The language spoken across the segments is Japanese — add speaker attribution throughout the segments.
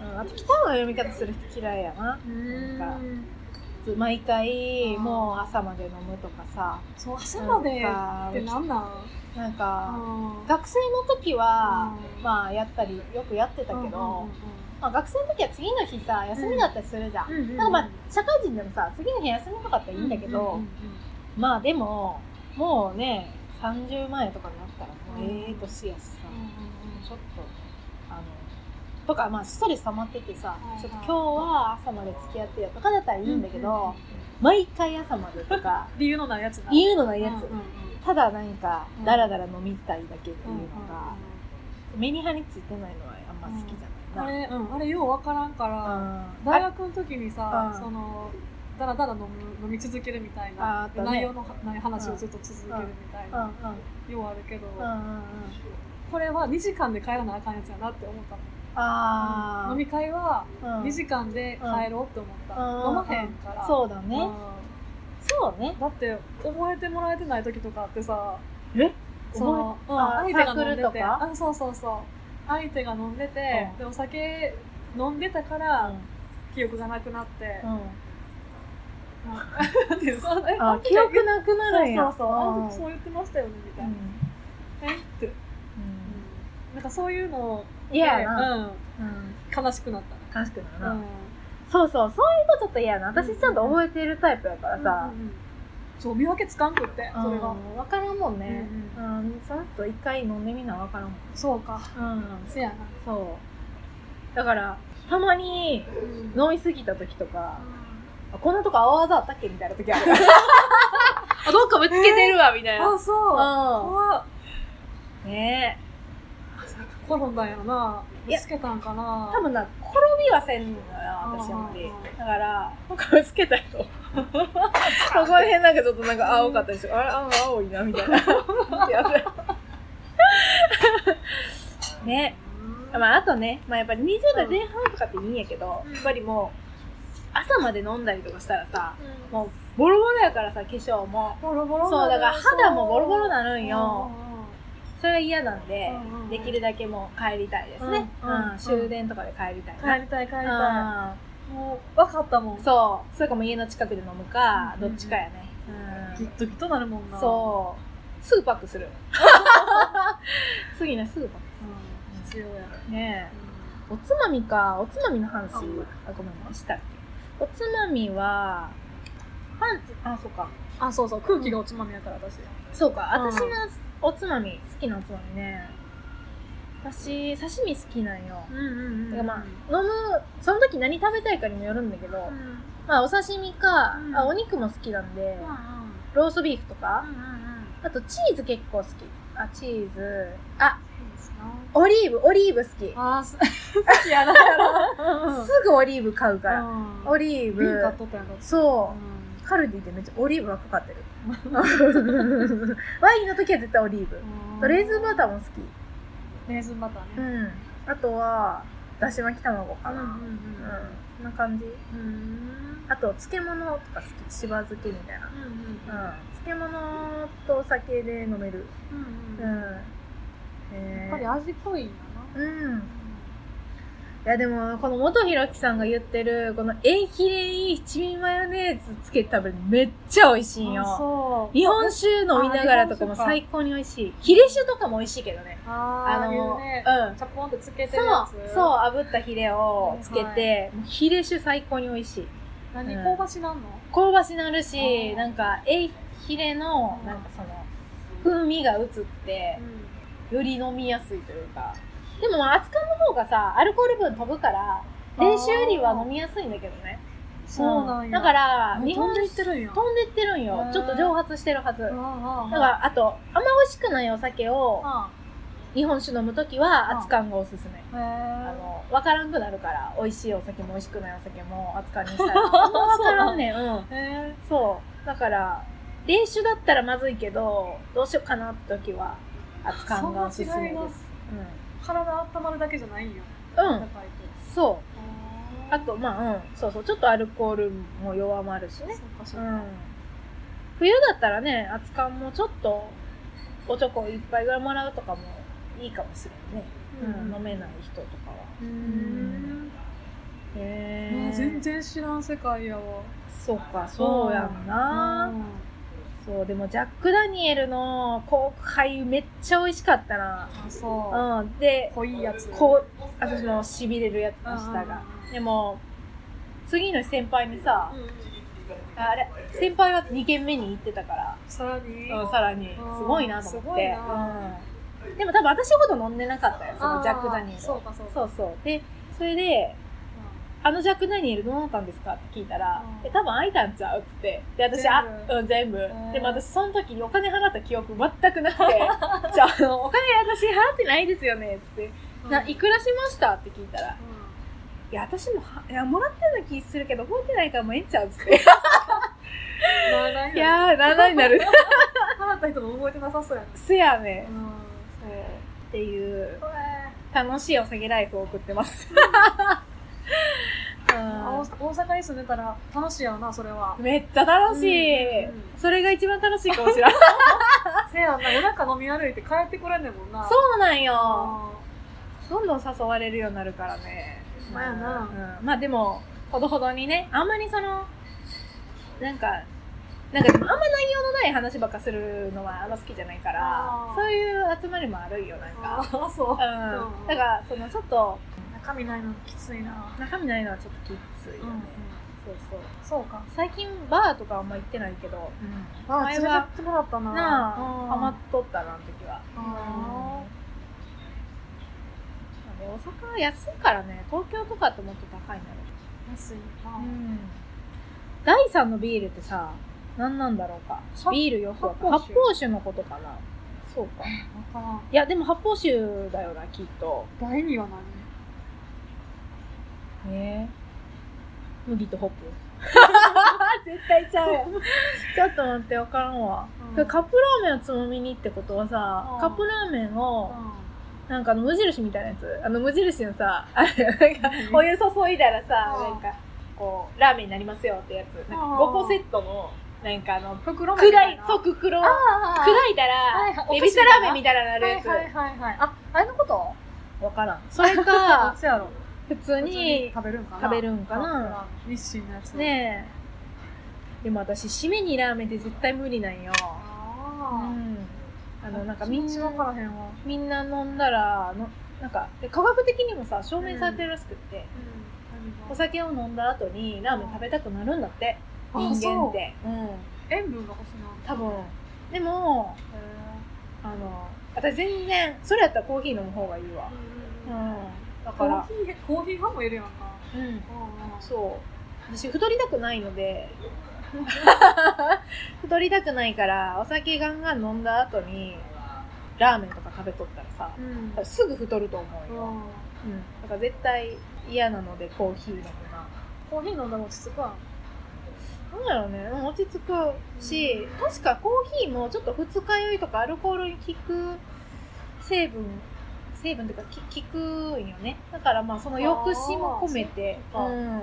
Speaker 1: うんあと北の読み方する人嫌いやな
Speaker 2: うん
Speaker 1: なん毎回
Speaker 2: あー
Speaker 1: もう朝まで飲むとかさ
Speaker 2: そう朝までっ
Speaker 1: なん
Speaker 2: て
Speaker 1: か
Speaker 2: なんなん
Speaker 1: なんか
Speaker 2: あ
Speaker 1: 学生の時は
Speaker 2: うん
Speaker 1: まあやったりよくやってたけど、まあ、学生の時は次の日さ休みだったりするじゃん、
Speaker 2: うんうんうん
Speaker 1: なんかまあ社会人でもさ次の日休みとかっていいんだけど、まあでももうね30前とかになったらもう
Speaker 2: うん
Speaker 1: ええ年やしさ、ちょっとあのとかまあストレス溜まっててさ、
Speaker 2: はいはい
Speaker 1: ちょっと今日は朝まで付き合ってよとかだったらいいんだけど、毎回朝までと か
Speaker 2: 理由のないやつな
Speaker 1: 理由のないやつ、
Speaker 2: うんうんうん
Speaker 1: ただなんか
Speaker 2: うん
Speaker 1: ダラダラ飲みたいだけっていう
Speaker 2: うんうん
Speaker 1: のが、メニ目に張りついてないのはあんま好きじゃな
Speaker 2: あ
Speaker 1: いな、
Speaker 2: れうんあれようわからんから
Speaker 1: うん
Speaker 2: 大学の時にさ
Speaker 1: うん
Speaker 2: そのだらだら飲む飲み続けるみたい
Speaker 1: あーあ
Speaker 2: な
Speaker 1: ったね
Speaker 2: 内容のない話をずっと続けるみたい
Speaker 1: うんうん
Speaker 2: なようあるけど
Speaker 1: うんうんうん
Speaker 2: これは2時間で帰らなあかんやつやなって思った
Speaker 1: ああ
Speaker 2: 飲み会は
Speaker 1: うん
Speaker 2: 2時間で帰ろうって思った、飲まへんから
Speaker 1: そうだね、
Speaker 2: う
Speaker 1: そうね
Speaker 2: んだって覚えてもらえてない時とかあってさ
Speaker 1: え
Speaker 2: そのうん
Speaker 1: あ
Speaker 2: 相手が飲ん
Speaker 1: サー
Speaker 2: で
Speaker 1: クルと
Speaker 2: て
Speaker 1: か
Speaker 2: あそうそうそう相手が飲んでて、
Speaker 1: うん
Speaker 2: でお酒飲んでたから、
Speaker 1: う
Speaker 2: 記憶がなくなって、
Speaker 1: ん、うん
Speaker 2: なんていうのそのえ
Speaker 1: あ記憶なくなるんや
Speaker 2: そうそうそうあの時そうう言ってましたよねみたいな、えって、なんかそういうの
Speaker 1: 嫌やな、
Speaker 2: う
Speaker 1: う
Speaker 2: ん、
Speaker 1: ん、
Speaker 2: 悲しくなった
Speaker 1: 悲しくなる
Speaker 2: な、
Speaker 1: な、
Speaker 2: うん
Speaker 1: そうそうそういうのちょっと嫌やな私ちゃんと覚えているタイプやからさ
Speaker 2: うん、うんうんそう見分けつかんくって、それが
Speaker 1: 分からんもんね、う
Speaker 2: うん
Speaker 1: その人一回飲んでみな分からんも
Speaker 2: そうか
Speaker 1: ん、うん、
Speaker 2: せやな
Speaker 1: そうだからたまに
Speaker 2: うん
Speaker 1: 飲みすぎた時とか、あこんなとこ泡技あったっけみたいな時ある あどっかぶつけてるわみたい
Speaker 2: あ、そう。
Speaker 1: な、
Speaker 2: 怖っ
Speaker 1: うん、ねえ
Speaker 2: 転んだんやろな。ぶつけたんかな。
Speaker 1: 多分な転びはせんのよ私あんま
Speaker 2: う
Speaker 1: り
Speaker 2: んうんうん
Speaker 1: だからなんかぶつけた人ここら辺なんかちょっとなんか青かったりしてあれあ青いなみ たいなやばいね
Speaker 2: うん。
Speaker 1: まああとね、まあ、やっぱり20代前半とかっていいんやけど、
Speaker 2: うん
Speaker 1: やっぱりもう朝まで飲んだりとかしたらさ
Speaker 2: うん
Speaker 1: もうボロボロやからさ化粧も
Speaker 2: ボロボロ
Speaker 1: そうだから肌もボロボロなる
Speaker 2: なん
Speaker 1: よそれが嫌なんで
Speaker 2: うんうんうん
Speaker 1: できるだけもう帰りたいですね
Speaker 2: うんうん
Speaker 1: うん終電とかで帰りたいな
Speaker 2: 帰りたい帰り
Speaker 1: う
Speaker 2: た
Speaker 1: ん
Speaker 2: い。もう、わかったもん。
Speaker 1: そう。それかもう家の近くで飲むか、
Speaker 2: うん
Speaker 1: どっちかやね。
Speaker 2: ギットギットなるもんな。
Speaker 1: そう。すぐパックする。 次ね、すぐパッ
Speaker 2: うん。必要や。
Speaker 1: ク。ねえ。おつまみか、おつまみの話、あ、ごめんね、したっけ。おつまみは、パンツ、あ、そうか。
Speaker 2: あ、そうそう。空気がおつまみやから、私。
Speaker 1: そうか。
Speaker 2: うん
Speaker 1: 私のおつまみ、好きなおつまみね。私、刺身好きなんよ。
Speaker 2: うんうん
Speaker 1: だからまあ、飲む、その時何食べたいかにもよるんだけど
Speaker 2: うん。う、ん
Speaker 1: まあ、お刺身か
Speaker 2: う、ん
Speaker 1: あ、お肉も好きなんで、
Speaker 2: う
Speaker 1: ローストビーフとか、
Speaker 2: んうん。
Speaker 1: あとチーズ結構好き。あ、チーズ。あ、オリーブ、オリーブ好き。
Speaker 2: あー、す好きやな。うん
Speaker 1: すぐオリーブ買うから。
Speaker 2: うん
Speaker 1: オリー
Speaker 2: ビン買
Speaker 1: ブ
Speaker 2: っ。とったやろ。
Speaker 1: そうう。
Speaker 2: ん
Speaker 1: カルディでめっちゃオリーブがかかってる。 ワインの時は絶対オリーブ。あとレーズンバターも好き。
Speaker 2: レーズンバター
Speaker 1: う
Speaker 2: ね
Speaker 1: ん。あとは、だし巻き卵
Speaker 2: う
Speaker 1: か
Speaker 2: んう
Speaker 1: な。
Speaker 2: ん
Speaker 1: うん。そんな感じ。
Speaker 2: うんうん
Speaker 1: あと、漬物とか好き。しば漬けみたいな。
Speaker 2: うんうん
Speaker 1: うん。漬物とお酒で飲める。
Speaker 2: うん
Speaker 1: う
Speaker 2: うん
Speaker 1: ん。え
Speaker 2: やっぱり味濃いんや
Speaker 1: うん
Speaker 2: な。
Speaker 1: いやでも、この元ひろきさんが言ってる、このエンヒレに七味マヨネーズつけて食べるのめっちゃ美味しいん
Speaker 2: あ
Speaker 1: よ。
Speaker 2: そう
Speaker 1: 日本酒飲みながらとかも最高に美味しい。ヒレ酒とかも美味しいけどね。
Speaker 2: あ
Speaker 1: あ
Speaker 2: の
Speaker 1: の、
Speaker 2: ね
Speaker 1: うん。
Speaker 2: チャポンってつけてるや
Speaker 1: そ
Speaker 2: つ
Speaker 1: う、そう、炙ったヒレをつけ
Speaker 2: は
Speaker 1: て、もうヒレ酒最高に美味しい。
Speaker 2: 何
Speaker 1: うん
Speaker 2: 香ばしなんの
Speaker 1: 香ばしなる
Speaker 2: あ
Speaker 1: し、
Speaker 2: ー
Speaker 1: なんか、エンヒレの、
Speaker 2: うん
Speaker 1: なんかその、風味が移って、より飲みやすいというか。でも、熱燗の方がさ、アルコール分飛ぶから、練習よりは飲みやすいんだけどね。
Speaker 2: そうなんや
Speaker 1: だから、日
Speaker 2: 日
Speaker 1: 本
Speaker 2: 本
Speaker 1: で
Speaker 2: で行ってるんや
Speaker 1: 飛んでってるんよ
Speaker 2: へ。ー
Speaker 1: ちょっと蒸発してるはず。だ
Speaker 2: あー
Speaker 1: か
Speaker 2: あー
Speaker 1: ら、あと、あんま美味しくないお酒を、
Speaker 2: あ
Speaker 1: 日本酒飲むときは、
Speaker 2: うん
Speaker 1: 熱燗がおすすめ。
Speaker 2: ーへ
Speaker 1: あ
Speaker 2: え
Speaker 1: の、わからんくなるから、美味しいお酒も美味しくないお酒も熱燗にしたら。 あんまわからんねん。うん。
Speaker 2: へ
Speaker 1: そう。だから、練酒だったらまずいけど、どうしようかなってときは、熱燗がおすすめ
Speaker 2: そんな違いが
Speaker 1: です。
Speaker 2: ー体温まるだけじゃないんよ
Speaker 1: うん。う
Speaker 2: 温
Speaker 1: ん。
Speaker 2: かいと
Speaker 1: そう。
Speaker 2: あー
Speaker 1: あと、まあ、うん、そうそう、ちょっとアルコールも弱まるしね。
Speaker 2: そうかそううか
Speaker 1: ん。冬だったらね、熱燗もちょっと、おちょこ一杯ぐらいもらうとかもいいかもしれないね。うん、飲めない人とかは。
Speaker 2: うん全然知らん世界やわ
Speaker 1: そうかそうやんな、
Speaker 2: うん
Speaker 1: そうでもジャック・ダニエルの航海めっちゃ美味しかったな
Speaker 2: あそう
Speaker 1: うんで
Speaker 2: 濃いやつ
Speaker 1: こう私のしびれるやつで
Speaker 2: うん
Speaker 1: したがでも次の先輩にさ
Speaker 2: う、ん
Speaker 1: あれ先輩は2軒目に行ってたから
Speaker 2: さらに
Speaker 1: うん、さらに
Speaker 2: うん
Speaker 1: すごいなと思っ
Speaker 2: すごい
Speaker 1: て、
Speaker 2: な
Speaker 1: うんでも多分私ほど飲んでなかったよそ
Speaker 2: あ
Speaker 1: の
Speaker 2: ー
Speaker 1: ジャック・ダニエル
Speaker 2: そうかそうか
Speaker 1: そうそうでそれで「あのジャック・ダニエルどうなったんですか?」って聞いたら「
Speaker 2: うん
Speaker 1: え多分開いたんちゃう?」っつってで私「
Speaker 2: 全部
Speaker 1: あうん全部」
Speaker 2: ん
Speaker 1: でも私その時にお金払った記憶全くなくて「じゃああのお金私払ってないですよね」っつって「
Speaker 2: うん
Speaker 1: ないくらしました?」って聞いたら「
Speaker 2: うん
Speaker 1: いや私もはいやもらったような気するけど覚えてないからもうええんちゃう?」っつって「い
Speaker 2: いや
Speaker 1: やーななになる
Speaker 2: 払った人も覚えてなさそうやね
Speaker 1: せやね」
Speaker 2: うんそうん
Speaker 1: っていう
Speaker 2: これ
Speaker 1: 楽しいお酒ライフを送って ます。
Speaker 2: あお大阪に住んでたら楽しいやろなそれは
Speaker 1: うんめっちゃ楽しい、
Speaker 2: うんうん
Speaker 1: それが一番楽しいかもしれない
Speaker 2: せやんな夜中飲み歩いて帰ってこれんねんもんな
Speaker 1: そうなん
Speaker 2: う
Speaker 1: よ
Speaker 2: ん
Speaker 1: どんどん誘われるようになるからね
Speaker 2: まあな
Speaker 1: うんまあでもほどほどにねあんまりそのなんかなんかでもあんま内容のない話ばっかするのはあんま好きじゃないから
Speaker 2: あー
Speaker 1: そういう集まりもあるんよなん
Speaker 2: あ
Speaker 1: か
Speaker 2: ーそう
Speaker 1: うんだからそのちょっと
Speaker 2: 中身ないのきついな
Speaker 1: 中身ないのはちょっときついよね、
Speaker 2: うん
Speaker 1: そうそう
Speaker 2: そうか
Speaker 1: 最近バーとかあんま行ってないけど、
Speaker 2: あー
Speaker 1: 前
Speaker 2: 連れて
Speaker 1: は
Speaker 2: ってもらったな
Speaker 1: なあ
Speaker 2: うん
Speaker 1: ハマっとったなあの時は
Speaker 2: あ
Speaker 1: うんまあね大阪は安いからね東京とかってもっと高いんだろ
Speaker 2: 安いな
Speaker 1: う、第3のビールってさ何なんだろうか
Speaker 2: 発
Speaker 1: ビールよくわかん
Speaker 2: 発
Speaker 1: 発
Speaker 2: 泡
Speaker 1: 泡酒
Speaker 2: 酒
Speaker 1: のことかなそうか
Speaker 2: わからん
Speaker 1: いやでも発泡酒だよなきっと
Speaker 2: 第二は何
Speaker 1: ね麦とホップ 絶対 ちゃうやんちょっと待ってわからんわ、
Speaker 2: うん
Speaker 1: カップラーメンをつまみにってことはさ、
Speaker 2: うん
Speaker 1: カップラーメンを、
Speaker 2: う
Speaker 1: なんかあの無印みたいなやつあの無印のさあれなんか
Speaker 2: ん
Speaker 1: お湯注いだらさ
Speaker 2: うん
Speaker 1: なんかこうラーメンになりますよってやつなんか
Speaker 2: うん
Speaker 1: 5個セットのなんかあの
Speaker 2: 袋
Speaker 1: 砕
Speaker 2: みたい
Speaker 1: い
Speaker 2: な
Speaker 1: 即黒砕
Speaker 2: あー
Speaker 1: いた
Speaker 2: はい
Speaker 1: ら
Speaker 2: は
Speaker 1: ベ
Speaker 2: い
Speaker 1: ビースラーメンみたいなのなる
Speaker 2: は
Speaker 1: や
Speaker 2: い
Speaker 1: つ
Speaker 2: はいはいはいああれのこと
Speaker 1: わからんそれ
Speaker 2: あ
Speaker 1: か
Speaker 2: そうやろ
Speaker 1: 普通
Speaker 2: 普通に
Speaker 1: に
Speaker 2: 食べるんかな
Speaker 1: 食べるんかな
Speaker 2: 日清のやつ
Speaker 1: ねえでも私締めにラーメンって絶対無理なんよう
Speaker 2: あ
Speaker 1: んあ
Speaker 2: あ
Speaker 1: のなんかみん
Speaker 2: ち
Speaker 1: な
Speaker 2: 分からへんわ
Speaker 1: みんな飲んだらのなんかで科学的にもさ証明されてるらしくって、お酒を飲んだ後にラーメン食べたくなるんだって人
Speaker 2: あ
Speaker 1: 間っ
Speaker 2: そう
Speaker 1: てうん
Speaker 2: 塩分が欲しいな
Speaker 1: 多分でもあの私全然それやったらコーヒー飲む方がいいわう
Speaker 2: うん
Speaker 1: んだ
Speaker 2: コ
Speaker 1: から
Speaker 2: ーヒーコーヒー派もいるやんか
Speaker 1: うん
Speaker 2: うんうん
Speaker 1: そう私太りたくないの で太りたくないからお酒ガンガン飲んだ後にラーメンとか食べとったらさ
Speaker 2: うん
Speaker 1: すぐ太ると思う
Speaker 2: う
Speaker 1: よ、
Speaker 2: ん
Speaker 1: うん、だから絶対嫌なのでコーヒー飲むな
Speaker 2: コーヒー飲んだら落ち着くわ
Speaker 1: なんだろうね、うん落ち着くし、確かコーヒーもちょっと二日酔いとかアルコールに効く成分、成分というかき効くんよね。だからまあその抑止も込めて、
Speaker 2: あーそう
Speaker 1: うん、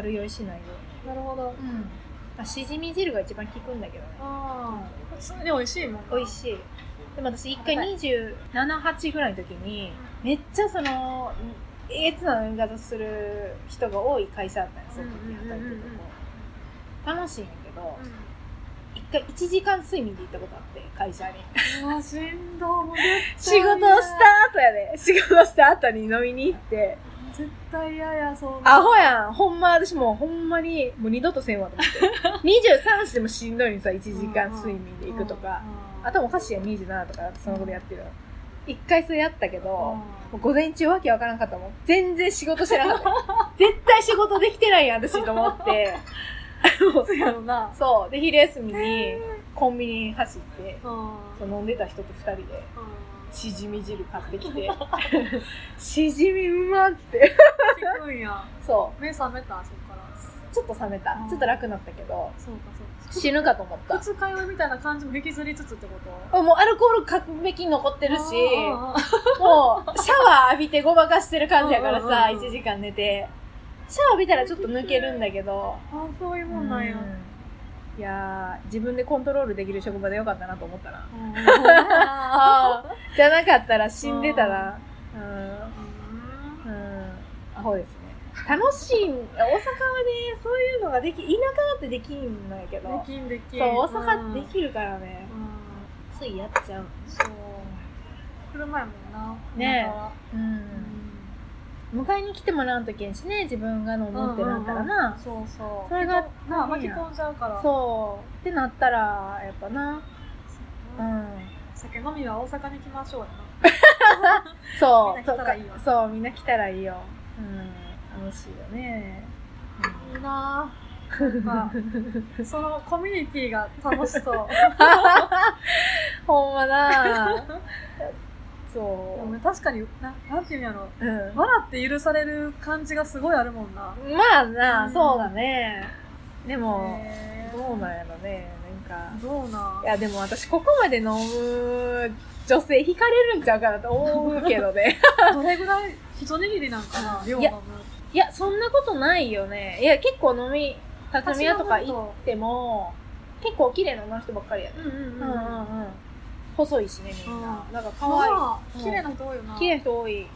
Speaker 1: 悪酔いしないよ
Speaker 2: なるほど
Speaker 1: うに。うん。まあ、しじみ汁が一番効くんだけどね。
Speaker 2: ああ普通に美味しいもん
Speaker 1: 美味しい。でも私一回27、8ぐらいの時に、めっちゃその、えげつな飲み方する人が多い会社だったんですよ、その時働いてるとこ楽しいんやけど、一回1時間睡眠で行ったことあって会社に
Speaker 2: うんうわしんどもう絶
Speaker 1: 仕
Speaker 2: 対
Speaker 1: 事
Speaker 2: 嫌
Speaker 1: をした後やで 仕事した後に飲みに行って
Speaker 2: 絶対嫌やそんな
Speaker 1: アホやんほんま私もうほんまにもう二度とせんわと思って 23時でもしんどいのにさ1時間睡眠で行くとか頭おかしいやん27とかそのことやってるの一回それやったけど
Speaker 2: うん
Speaker 1: もう午前中わけわからんかったもん全然仕事してなかった絶対仕事できてないやん私と思って
Speaker 2: そうやろな
Speaker 1: そうで昼休みにコンビニ走って
Speaker 2: うん
Speaker 1: そう飲んでた人と2人で
Speaker 2: うん
Speaker 1: しじみ汁買ってき てしじみうまっつって
Speaker 2: 聞くんや
Speaker 1: そ
Speaker 2: 目覚めたそっから
Speaker 1: うちょっと冷めた
Speaker 2: うん
Speaker 1: ちょっと楽になったけど
Speaker 2: そうかそう
Speaker 1: 死ぬかと思った
Speaker 2: か二日酔いみたいな感じも引きずりつつってこと
Speaker 1: あもうアルコール完璧に残ってるし
Speaker 2: あー
Speaker 1: もうシャワー浴びてごまかしてる感じやから
Speaker 2: うんうん
Speaker 1: さ
Speaker 2: うんうん
Speaker 1: 1時間寝てシャワー浴びたらちょっと抜けるんだけど
Speaker 2: あーそういうもんなんや
Speaker 1: うんいやー自分でコントロールできる職場でよかったなと思ったな
Speaker 2: うん あー
Speaker 1: じゃなかったら死んでたらうん
Speaker 2: う
Speaker 1: う
Speaker 2: ん
Speaker 1: んアホですね楽しい大阪はねそういうのができ田舎だってできんのやけど
Speaker 2: できんできん
Speaker 1: そう大阪
Speaker 2: うん
Speaker 1: ってできるからね
Speaker 2: う、ん
Speaker 1: ついやっちゃう
Speaker 2: そう車やもんな
Speaker 1: ねえ
Speaker 2: 田舎は
Speaker 1: う
Speaker 2: うんん
Speaker 1: 迎えに来てもらうとけんしね自分が飲むってなったらな、
Speaker 2: そうそう
Speaker 1: それが
Speaker 2: なあ
Speaker 1: 大変
Speaker 2: 巻き
Speaker 1: や
Speaker 2: 込んじゃうから
Speaker 1: そうってなったらやっぱな
Speaker 2: そう
Speaker 1: う
Speaker 2: やなん酒飲みは大阪に来ましょうやな
Speaker 1: そう
Speaker 2: みんな来たら
Speaker 1: そう
Speaker 2: いいよ
Speaker 1: かそうみんな来たらいいようん楽しいよね、
Speaker 2: いいなぁ。 まあ、そのコミュニティが楽し そう。
Speaker 1: ほんまな
Speaker 2: で
Speaker 1: そ
Speaker 2: も確かに、ななんていうんやろ。
Speaker 1: う、うん、
Speaker 2: 笑って許される感じがすごいあるもんな。
Speaker 1: まあな、
Speaker 2: うん
Speaker 1: そうだねでも、
Speaker 2: へ
Speaker 1: どうなんやろねなんか
Speaker 2: どうない
Speaker 1: やでも私ここまで飲む女性惹かれるんちゃうかなと思うけどね
Speaker 2: どれぐらい一握りなんかな量
Speaker 1: いや
Speaker 2: 飲む。
Speaker 1: いやそんなことないよねいや結構飲み畳屋とか行っても結構綺麗な女の人ばっかりやね
Speaker 2: うんうん
Speaker 1: う
Speaker 2: う
Speaker 1: う
Speaker 2: ん。
Speaker 1: んん
Speaker 2: ま
Speaker 1: うん細いしねみんな、
Speaker 2: うん
Speaker 1: なんか可愛い
Speaker 2: あ、
Speaker 1: うん
Speaker 2: 綺麗な人多いよな。
Speaker 1: 綺麗な人多い、うん、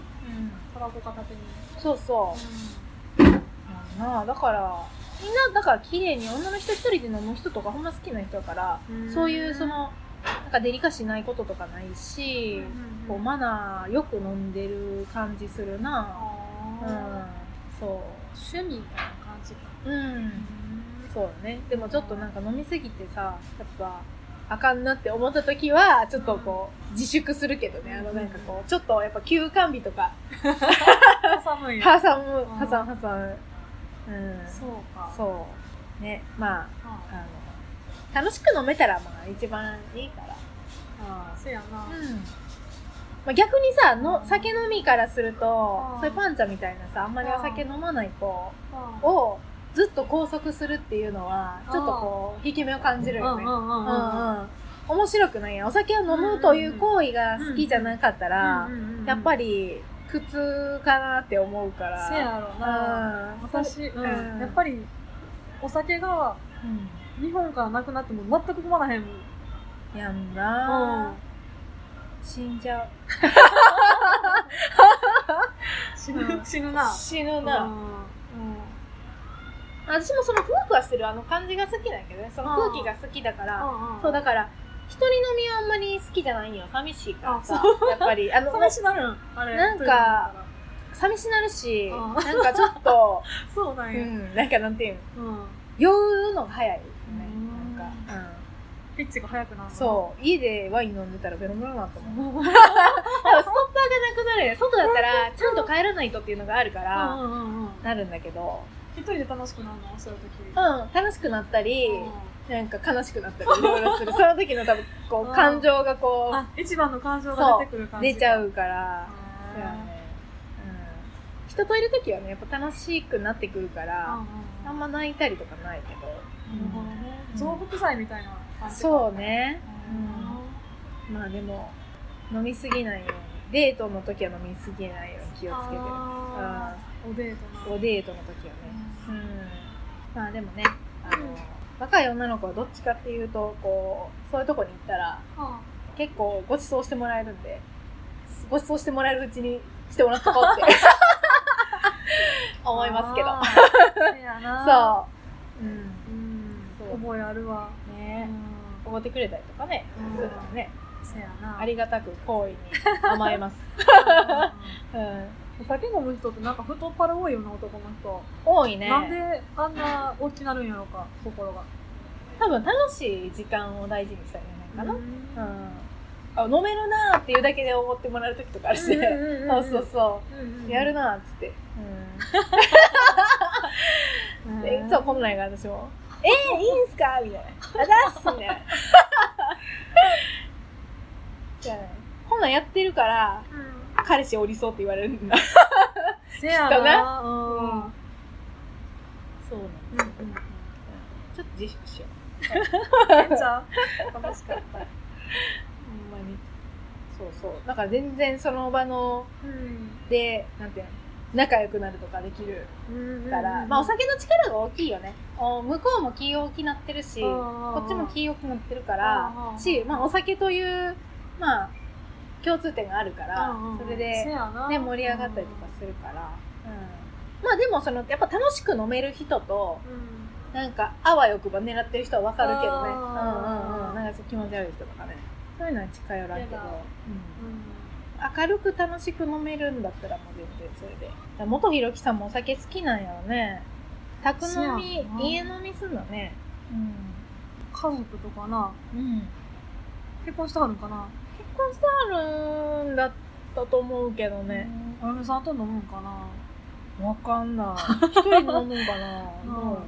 Speaker 2: タバコ片手に。
Speaker 1: そうそう、まあなあだからみんなだから綺麗に女の人一人で飲む人とかほんま好きな人だから、
Speaker 2: うん
Speaker 1: そういうそのなんかデリカシーないこととかないし、こうマナーよく飲んでる感じするなうん、
Speaker 2: あ
Speaker 1: そ
Speaker 2: ー趣味みたいな感じか。
Speaker 1: ううんそうだねでもちょっとなんか飲みすぎてさやっぱあかんなって思った時はちょっとこう自粛するけどねあのなんかこうちょっとやっぱ休館日とか
Speaker 2: 寒いよ。
Speaker 1: 挟む
Speaker 2: うん
Speaker 1: 挟む挟むうん
Speaker 2: そうか。
Speaker 1: そうねまあ
Speaker 2: あ
Speaker 1: あの楽しく飲めたらまあ一番いいから、
Speaker 2: あそうやな。
Speaker 1: まあ、逆にさの酒飲みからすると
Speaker 2: うん
Speaker 1: そういうパンチャみたいなさあんまりお酒飲まない子
Speaker 2: ああ
Speaker 1: をずっと拘束するっていうのはちょっとこう引き目を感じるよね。
Speaker 2: うんうん
Speaker 1: う
Speaker 2: う
Speaker 1: ん
Speaker 2: んうん
Speaker 1: うん面白くないやんお酒を飲むという行為が好きじゃなかったら、やっぱ
Speaker 2: り
Speaker 1: り苦痛かなって思うから。
Speaker 2: せやろな
Speaker 1: うん
Speaker 2: 私、うん
Speaker 1: うん
Speaker 2: やっぱりお酒が日本からなくなっても全く困らへんもん、
Speaker 1: うんやんな、
Speaker 2: うん
Speaker 1: 死んじゃう。
Speaker 2: 死ぬ、
Speaker 1: うん
Speaker 2: 死ぬな
Speaker 1: 死ぬ
Speaker 2: うん
Speaker 1: な、私もそのふわふわしてるあの感じが好きなんやけどねその空気が好きだから、
Speaker 2: うん
Speaker 1: そうだから一人飲みはあんまり好きじゃないよ寂しいからさ
Speaker 2: あ
Speaker 1: やっぱり あの
Speaker 2: 悲しなるんあれ
Speaker 1: なんか寂しなるし、
Speaker 2: うん
Speaker 1: なんかちょっ と、
Speaker 2: そうな
Speaker 1: うん
Speaker 2: や、
Speaker 1: ん、なんかなんていうの
Speaker 2: うん
Speaker 1: 酔うのが早いよね
Speaker 2: うん
Speaker 1: なんか、
Speaker 2: ピッチが速くな
Speaker 1: うん
Speaker 2: る
Speaker 1: そう家でワイン飲んでたらベロベロになったもん多 分ストッパーがなくなるよね外だったらちゃんと帰らないとっていうのがあるか
Speaker 2: う
Speaker 1: ら、
Speaker 2: んうんうんうん
Speaker 1: なるんだけど
Speaker 2: 一人で楽しくなるのそういう時
Speaker 1: うん楽しくなったり、
Speaker 2: うん
Speaker 1: なんか悲しくなったりいろいろす るその時の多分こ
Speaker 2: うん
Speaker 1: う感情がこ
Speaker 2: あ一番の感情が出てくる
Speaker 1: う
Speaker 2: 感じ
Speaker 1: 出ちゃ
Speaker 2: う
Speaker 1: うからそうやねうん人といる時はねやっぱ楽しくなってくるからあんま泣いたりとかないけど
Speaker 2: なるほどね増幅剤みたいな感じか
Speaker 1: そうね
Speaker 2: うん
Speaker 1: まあでも飲みすぎないようにデートの時は飲みすぎないように気をつけてる
Speaker 2: あーおデート
Speaker 1: お
Speaker 2: な
Speaker 1: デートの時はねうんまあでもねあの若い女の子はどっちかっていうとこうそういうとこに行ったら
Speaker 2: あ
Speaker 1: 結構ご馳走してもらえるんで、ご馳走してもらえるうちにしてもらっとこうって 思いますけど。
Speaker 2: どやな
Speaker 1: そう。うん。
Speaker 2: う、ん、
Speaker 1: そう
Speaker 2: 覚えあるわう
Speaker 1: ね
Speaker 2: ん
Speaker 1: え。おごってくれたりとかね
Speaker 2: うん、
Speaker 1: するからね、
Speaker 2: せやな
Speaker 1: ありがたく好意に甘えます。
Speaker 2: が
Speaker 1: うん。
Speaker 2: お酒飲む人ってなんか太っ腹多いよな男の人、
Speaker 1: 多いね。
Speaker 2: なんであんな大きなるんやろか心が
Speaker 1: 多分楽しい時間を大事にしたいんじゃないか
Speaker 2: う
Speaker 1: な。
Speaker 2: ん
Speaker 1: うん。あ、飲めるなーっていうだけでおごってもらう時とかあるしね。
Speaker 2: うん
Speaker 1: そうそうそ
Speaker 2: うんうん
Speaker 1: う。やるなーっつって。うん。
Speaker 2: うん
Speaker 1: えいつもこんなんやから私も「えー、いいんすか?」みたいな「あざっす」みたいな じゃないこんなんやってるから
Speaker 2: うん
Speaker 1: 彼氏おりそうって言われるんだ
Speaker 2: せや
Speaker 1: きっと
Speaker 2: なうん
Speaker 1: うんそうなん
Speaker 2: うん
Speaker 1: ちょっと自粛しよ
Speaker 2: うんめっちゃ楽しかっ
Speaker 1: うほん
Speaker 2: た
Speaker 1: まにそうそうだから全然その場の
Speaker 2: うん
Speaker 1: でなんていうの仲良くなるとかできる
Speaker 2: うん
Speaker 1: から、まあお酒の力が大きいよねお向こうも気大きなってるしこ
Speaker 2: こ
Speaker 1: っちも気大きなってるか
Speaker 2: うんうんう
Speaker 1: ら
Speaker 2: ん
Speaker 1: し、まあ、お酒という、まあ、共通点があるから、それで、
Speaker 2: せやな
Speaker 1: ね、盛り上がったりとかするから、うんまあでもそのやっぱ楽しく飲める人となんかあわよくば狙ってる人はわかるけどねうんうん
Speaker 2: あー
Speaker 1: うんなんかそう気持ち悪い人とかねそういうのは近寄らんけど、
Speaker 2: やだ
Speaker 1: うん明るく楽しく飲めるんだったらもう全然それでだから元ひろきさんもお酒好きなんやろね宅飲
Speaker 2: せや
Speaker 1: み
Speaker 2: んな
Speaker 1: 家飲みすんのね
Speaker 2: 家族とかな
Speaker 1: うん、うん、
Speaker 2: 結婚してはるんかな
Speaker 1: 結婚してあるんだったと思うけどね
Speaker 2: お嫁さんと飲むんかな
Speaker 1: わかんない 一人で飲むんかなどうだろ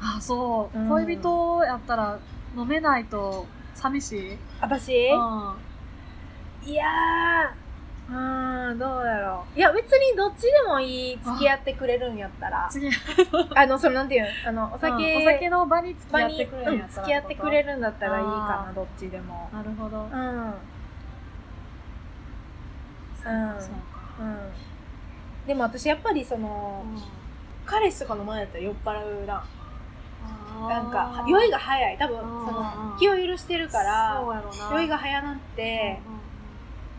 Speaker 2: あそう、
Speaker 1: うん
Speaker 2: 恋人やったら飲めないと寂しい、
Speaker 1: う私
Speaker 2: うん、
Speaker 1: いやー、うーん、どうだろう。いや、別にどっちでもいい、付き合ってくれるんやったら。
Speaker 2: 次
Speaker 1: あの、その、なんていうのあの、お酒、
Speaker 2: うんお酒の場に付き
Speaker 1: 場
Speaker 2: 合っ
Speaker 1: に、
Speaker 2: てくれるんや
Speaker 1: うん、
Speaker 2: ったら
Speaker 1: 付き合ってくれるんだったらいいか
Speaker 2: あ
Speaker 1: な、どっちでも。
Speaker 2: なるほど、
Speaker 1: うん。うん。
Speaker 2: そうか、
Speaker 1: うん。でも私、やっぱりその、
Speaker 2: うん
Speaker 1: 彼氏とかの前だったら酔っ払うらん。
Speaker 2: あー
Speaker 1: なんか、酔いが早い。多分、そ
Speaker 2: あ
Speaker 1: の
Speaker 2: ー、
Speaker 1: 気を許してるから
Speaker 2: そう、やろな
Speaker 1: 酔いが早なって、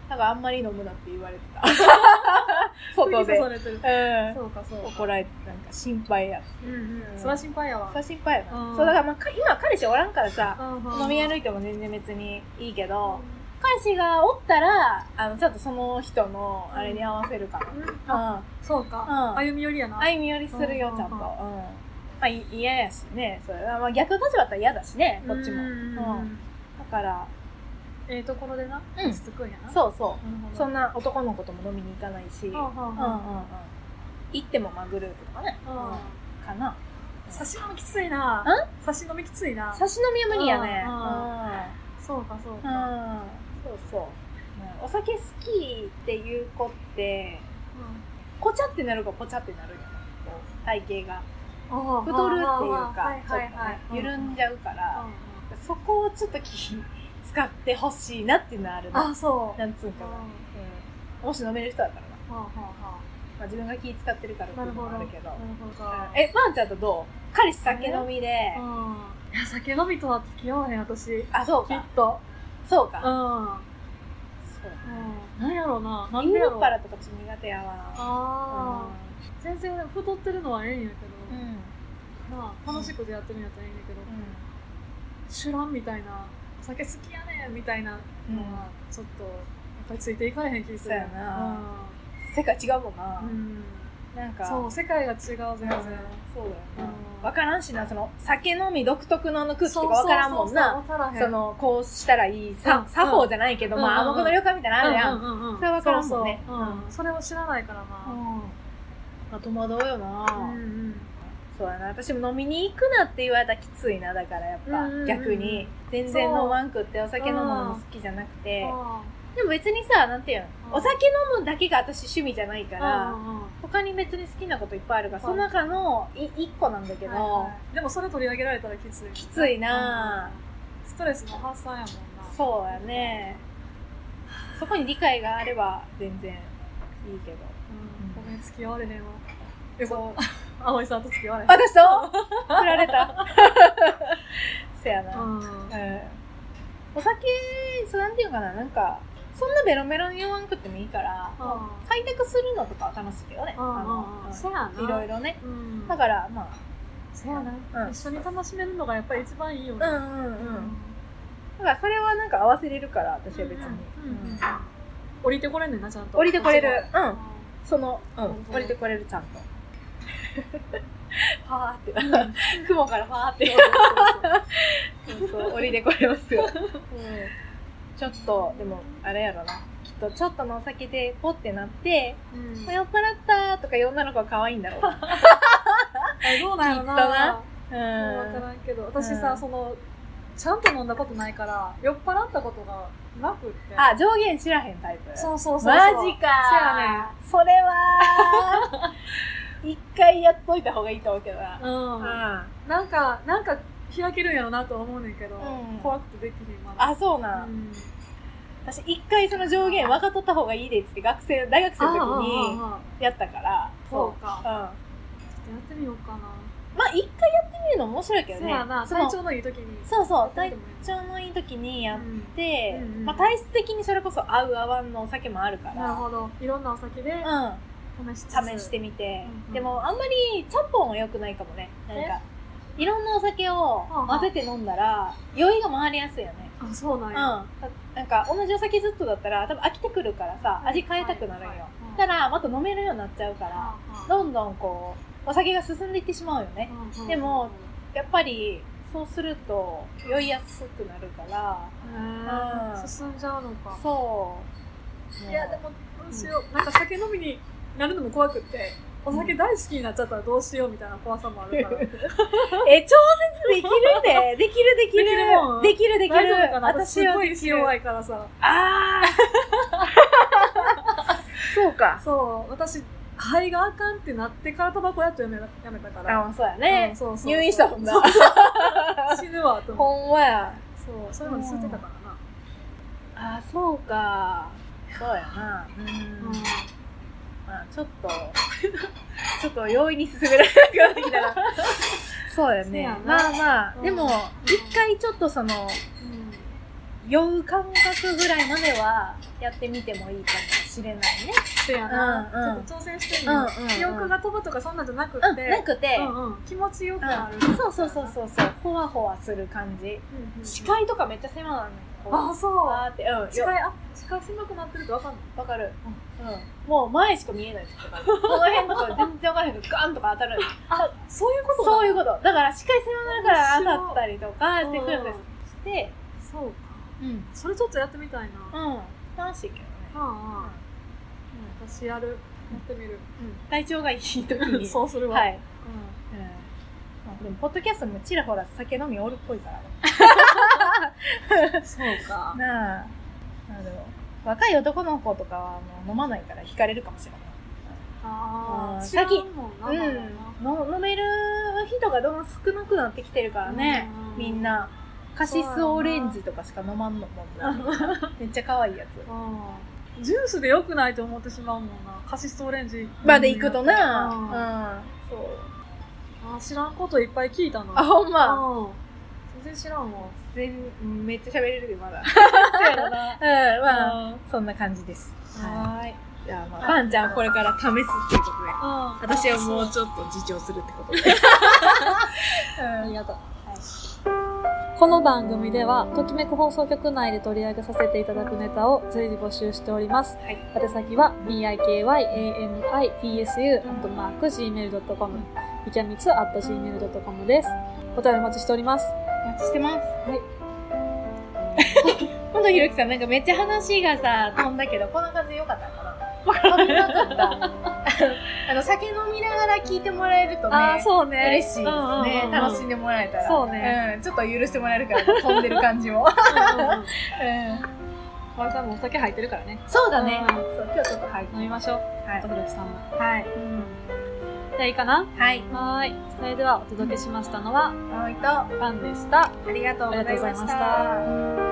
Speaker 1: 多分あんまり飲むなって言われて た。外で。
Speaker 2: されてる
Speaker 1: うん
Speaker 2: そうかそうか
Speaker 1: 怒られてなんか心配や
Speaker 2: うんうんそら心配やわ
Speaker 1: それ心配やな、
Speaker 2: うん
Speaker 1: そうだから、まあ、か今彼氏おらんからさ、飲み歩
Speaker 2: い
Speaker 1: いても全然別にいいけど、彼氏がおったらあのちょっとその人のあれに合わせるから、うん
Speaker 2: そう
Speaker 1: う
Speaker 2: か
Speaker 1: ん
Speaker 2: 歩み寄りやな
Speaker 1: 歩み寄りするよ
Speaker 2: うん
Speaker 1: ちゃんと、うんまあい嫌やしねそれは、まあ、逆立場だったら嫌だしねこっちも、
Speaker 2: うんうんうん
Speaker 1: だから
Speaker 2: ええところでな
Speaker 1: うん
Speaker 2: 落ち着くんやな
Speaker 1: そうそう
Speaker 2: なるほど
Speaker 1: そんな男の子とも飲みに行かないし、うんうん
Speaker 2: はあ
Speaker 1: うん
Speaker 2: はあは
Speaker 1: 行ってもまあグループとかね、
Speaker 2: あうん
Speaker 1: うんかな
Speaker 2: 差し飲みきついな差し飲みきついな
Speaker 1: 差し飲みは無理やね、
Speaker 2: う
Speaker 1: うんん
Speaker 2: そうかそう
Speaker 1: う
Speaker 2: か
Speaker 1: んそうそう、お酒好きっていう子ってぽちゃってなるかぽちゃってなるんやなこう体型が太
Speaker 2: 太
Speaker 1: るっていうかちょっ
Speaker 2: はいはいはい
Speaker 1: とね緩んじゃうから
Speaker 2: うん
Speaker 1: そこをちょっと気使ってほしいなっていうのはあるな
Speaker 2: あそう
Speaker 1: なんつうん
Speaker 2: う
Speaker 1: か
Speaker 2: ん
Speaker 1: な、
Speaker 2: は
Speaker 1: うん、もし飲める人だからな、
Speaker 2: あはあは
Speaker 1: まあ、自分が気使ってるから
Speaker 2: あ
Speaker 1: って
Speaker 2: ないる
Speaker 1: うの
Speaker 2: ほど
Speaker 1: もあるけど
Speaker 2: なるほど
Speaker 1: うんえワンちゃんとどう彼氏酒飲みで、
Speaker 2: うんいや酒飲みとは付き合わへん私
Speaker 1: あそう
Speaker 2: きっ
Speaker 1: か
Speaker 2: と
Speaker 1: そう
Speaker 2: う
Speaker 1: か、
Speaker 2: ん
Speaker 1: そう
Speaker 2: うんなんやろうな。な
Speaker 1: か
Speaker 2: んで
Speaker 1: 夕
Speaker 2: や
Speaker 1: っ
Speaker 2: ろう。
Speaker 1: 腹とかちょっと苦手やわ
Speaker 2: ああ、全然太ってるのはええんやけ
Speaker 1: うん、うん
Speaker 2: ど、まあ楽しいことやってるんやったらええんやけど、
Speaker 1: うん
Speaker 2: シュランみたいな、お酒好きやねんみたいなのは、ちょっと、やっぱりついていかれへん気す
Speaker 1: そ
Speaker 2: る。
Speaker 1: うやな世界違うもんな、
Speaker 2: うん。うん
Speaker 1: なんか
Speaker 2: そう、世界が違う、全然。
Speaker 1: うんそうだよな、
Speaker 2: うん
Speaker 1: 分からんしなその酒飲み独特のあの空気とか分からんもんな
Speaker 2: 分からへん。
Speaker 1: そのこうしたらいい
Speaker 2: うん
Speaker 1: さ
Speaker 2: うん
Speaker 1: 作法じゃないけど、まあ
Speaker 2: うんうん
Speaker 1: 暗黙の了解みたいなのあるやん、
Speaker 2: うんうんうんうん、
Speaker 1: それは分からんもんね
Speaker 2: そうそううん
Speaker 1: うん
Speaker 2: それを知らないから
Speaker 1: う
Speaker 2: な。
Speaker 1: んまあ、戸惑うよな、
Speaker 2: うんうん
Speaker 1: そうやな私も飲みに行くなって言われたらきついなだからやっぱ、
Speaker 2: うんうんうん
Speaker 1: 逆に全然飲まんくってお酒飲むのも好きじゃなくて、
Speaker 2: あ
Speaker 1: でも別にさなんていうの、
Speaker 2: うん
Speaker 1: お酒飲むだけが私趣味じゃないか
Speaker 2: ー
Speaker 1: ら、
Speaker 2: うんうんうん
Speaker 1: 他に別に好きなこといっぱいあるから、
Speaker 2: う
Speaker 1: そ
Speaker 2: ん
Speaker 1: の中のい1個なんだけど、
Speaker 2: はいはいでもそれ取り上げられたらきつい
Speaker 1: きついなあ
Speaker 2: うんストレスの発散やもんな
Speaker 1: そうやねそこに理解があれば全然いいけど
Speaker 2: うんごめん付き合われへんわよかっ
Speaker 1: そう
Speaker 2: た 葵さんと付き合われへん
Speaker 1: 私と振られた せやな、うん
Speaker 2: うん
Speaker 1: お酒そうなんていうかななんかそんなベロベロに言わんくってもいいから、開拓するのとかは楽しいけどね、あの
Speaker 2: そやな
Speaker 1: うんいろいろね
Speaker 2: うん
Speaker 1: だからま
Speaker 2: そやな
Speaker 1: うん
Speaker 2: 一緒に楽しめるのがやっぱり一番いいよね
Speaker 1: あうんうん
Speaker 2: うん
Speaker 1: だからそれはなんか合わせれるから私は別に、
Speaker 2: うん
Speaker 1: うん
Speaker 2: 降りてこれんねんなちゃんと
Speaker 1: 降りてこれる
Speaker 2: 私は
Speaker 1: うんその、う
Speaker 2: なるほど
Speaker 1: ん、降りてこれるちゃんと。はー
Speaker 2: う
Speaker 1: っ
Speaker 2: んそう
Speaker 1: て、雲からはーっ
Speaker 2: そう
Speaker 1: て、
Speaker 2: そう
Speaker 1: そう降りてこれますよ。ちょっと、でも、あれやろな。きっと、ちょっとのお酒で、ポってなって、
Speaker 2: うん
Speaker 1: 酔っ払ったとかいう女の子は可愛いんだろう な。
Speaker 2: あどうなん
Speaker 1: き
Speaker 2: やろ
Speaker 1: っとなう
Speaker 2: 分から
Speaker 1: ん。
Speaker 2: んけど私さ、
Speaker 1: うん
Speaker 2: そのちゃんと飲んだことないから酔っ払ったことがなくって
Speaker 1: あ、上限知らへんタイプ。
Speaker 2: そうそうそうそう
Speaker 1: マジかそれは、一回やっといた方がいいと思うけどな。
Speaker 2: うん、
Speaker 1: あ
Speaker 2: なんかなんか開けるんやろなとは思うねんけど、
Speaker 1: うん
Speaker 2: 怖くてできひんまだ
Speaker 1: あ、そうなん。
Speaker 2: うん
Speaker 1: 私一回その上限分かっとった方がいいでっつって学生大学生
Speaker 2: あ
Speaker 1: の時
Speaker 2: あ
Speaker 1: に
Speaker 2: あああ
Speaker 1: やったから
Speaker 2: そうか
Speaker 1: うんま
Speaker 2: ちょっとやってみようかな
Speaker 1: あ一回やってみるの面白いけど
Speaker 2: そう
Speaker 1: ね
Speaker 2: やな
Speaker 1: その
Speaker 2: 体調のいい時に
Speaker 1: そうそう
Speaker 2: やって
Speaker 1: 体
Speaker 2: みてもいい
Speaker 1: 調のいい時にやっ
Speaker 2: うん
Speaker 1: て、
Speaker 2: うんうんうん
Speaker 1: まあ、体質的にそれこそ合う合わんのお酒もあるか
Speaker 2: なる
Speaker 1: ら
Speaker 2: ほどいろんなお酒で
Speaker 1: うん
Speaker 2: 試しつ
Speaker 1: 試
Speaker 2: つ
Speaker 1: してみて、
Speaker 2: うんうん
Speaker 1: でもあんまりちゃんぽんは良くないかもねなんかいろんなお酒を混ぜて飲んだら酔いが回りやすいよね
Speaker 2: あそうなん
Speaker 1: うん、
Speaker 2: や、
Speaker 1: なんか同じお酒ずっとだったら多分飽きてくるからさ
Speaker 2: うん
Speaker 1: 味変えたくなるんよ、
Speaker 2: はいはい
Speaker 1: たらまた飲めるようになっちゃうから
Speaker 2: ああ
Speaker 1: どんどんこうお酒が進んでいってしまうよね
Speaker 2: うんうん
Speaker 1: でもやっぱりそうすると酔いやすくなるから
Speaker 2: へー
Speaker 1: うん
Speaker 2: 進んじゃうのか
Speaker 1: そう
Speaker 2: いやでもどうしようなんか酒飲みになるのも怖くってお酒大好きになっちゃったらどうしようみたいな怖さ もあるから
Speaker 1: え、超絶できるで。できるできる。
Speaker 2: できるもん
Speaker 1: できるでき
Speaker 2: 大丈夫
Speaker 1: る。
Speaker 2: か な私す
Speaker 1: は
Speaker 2: ごい
Speaker 1: できる
Speaker 2: 弱いからさ
Speaker 1: ああ。そうか。
Speaker 2: そう私肺があかんってなってからタバコやっとやめやめたから
Speaker 1: ああ、そうや
Speaker 2: う
Speaker 1: ね
Speaker 2: ん。そうそう
Speaker 1: 入院したもんな
Speaker 2: そう。死ぬわと思って
Speaker 1: ほんまや。
Speaker 2: そうそういうのに吸ってたからな
Speaker 1: ああ、そうか。そうやな。う
Speaker 2: うんん。
Speaker 1: まあ、ちょっと、ちょっと容易に進められなくなってき たな。そうや
Speaker 2: そう
Speaker 1: ね
Speaker 2: やな。
Speaker 1: まあまあ
Speaker 2: う、ん
Speaker 1: でも
Speaker 2: うん、
Speaker 1: 一回ちょっとその、酔う感覚ぐらいまではやってみてもいいかもしれないね。
Speaker 2: せやな、
Speaker 1: うんうん
Speaker 2: ちょっと挑戦してみよ
Speaker 1: う
Speaker 2: う、
Speaker 1: んうんうん
Speaker 2: 記憶が飛ぶとかそんなんじゃなくて、
Speaker 1: うん、なくて、
Speaker 2: うんうん気持ちよくな
Speaker 1: う
Speaker 2: る、
Speaker 1: んそうそうそうそうそうほわほわする感じ
Speaker 2: うんうん
Speaker 1: 視界とかめっちゃ狭なのよこう
Speaker 2: あそう
Speaker 1: わーってうん
Speaker 2: 視
Speaker 1: よ
Speaker 2: 界あ視界狭くなってるってわかんない
Speaker 1: わかる、うん、もう前しか見えない時 とかこの辺とか全然わからへんけどガンとか当たる
Speaker 2: あそういうこと
Speaker 1: そういううことだから視界狭ながら当たったりとかしてくるんですして
Speaker 2: そうか
Speaker 1: うん
Speaker 2: それちょっとやってみたいな、は
Speaker 1: うん楽しいけどね、
Speaker 2: あはあ私やるやってみる
Speaker 1: うんうん、体調がいい時に
Speaker 2: そうするわ、
Speaker 1: はい、
Speaker 2: う
Speaker 1: うんまあでもポッドキャストにもちらほら酒飲みおるっぽいからね
Speaker 2: ん、そう
Speaker 1: なあ
Speaker 2: か
Speaker 1: なんだろう若い男の子とかはもう飲まないから惹かれるかもしれない
Speaker 2: あ
Speaker 1: うん
Speaker 2: あ知らんもんな、まだな
Speaker 1: うん、の飲める人がどんどん少なくなってきてるからね、
Speaker 2: うん
Speaker 1: みんなカシスオレンジとかしか飲まんのもんなめっちゃ可愛いやつ
Speaker 2: うんジュースでよくないと思ってしまうもんなカシスとオレンジ
Speaker 1: まで行くと
Speaker 2: うん
Speaker 1: なうん、そう
Speaker 2: あ知らんこといっぱい聞いたな
Speaker 1: あほんま
Speaker 2: うん全然知らんわ
Speaker 1: 全うんめっちゃ喋れるでまだ
Speaker 2: そうや
Speaker 1: う
Speaker 2: ろな
Speaker 1: んまあ
Speaker 2: あ
Speaker 1: そんな感じですは
Speaker 2: はーい
Speaker 1: いじゃあまあパンちゃんはこれから試すっていうことで私はもうちょっと自重するってことで、
Speaker 2: あ
Speaker 1: うん
Speaker 2: りがとうこの番組では、ときめく放送局内で取り上げさせていただくネタを随時募集しております。
Speaker 1: はい
Speaker 2: 宛先は bikyamipsu.gmail.com いきゃみつ .gmail.com です。お便りお待ちしております。
Speaker 1: お待ちしてます。
Speaker 2: はい。
Speaker 1: 今度ひろきさんなんかめっちゃ話がさ飛んだけどこんな感じでよかったのかな。わかんなかった。 あの酒飲みながら聞いてもらえるとね。
Speaker 2: ああ、そうね。
Speaker 1: 嬉しいですね、楽しん
Speaker 2: い。
Speaker 1: でもらえたら
Speaker 2: そうね、
Speaker 1: うん、ちょっと許してもらえるから飛んでる感じ も、う ん、
Speaker 2: これさんもお酒入ってるからね。
Speaker 1: そうだね、
Speaker 2: う
Speaker 1: そ
Speaker 2: ん
Speaker 1: う今日ちょっとはい
Speaker 2: 飲みましょう。
Speaker 1: はい
Speaker 2: おひろきさんも。
Speaker 1: はい、
Speaker 2: じゃあいいかな
Speaker 1: はい、
Speaker 2: はーい。それではお届けしましたのは、
Speaker 1: 葵とあ
Speaker 2: パンでした。
Speaker 1: りがとうございま
Speaker 2: ありがとうございま
Speaker 1: し
Speaker 2: したた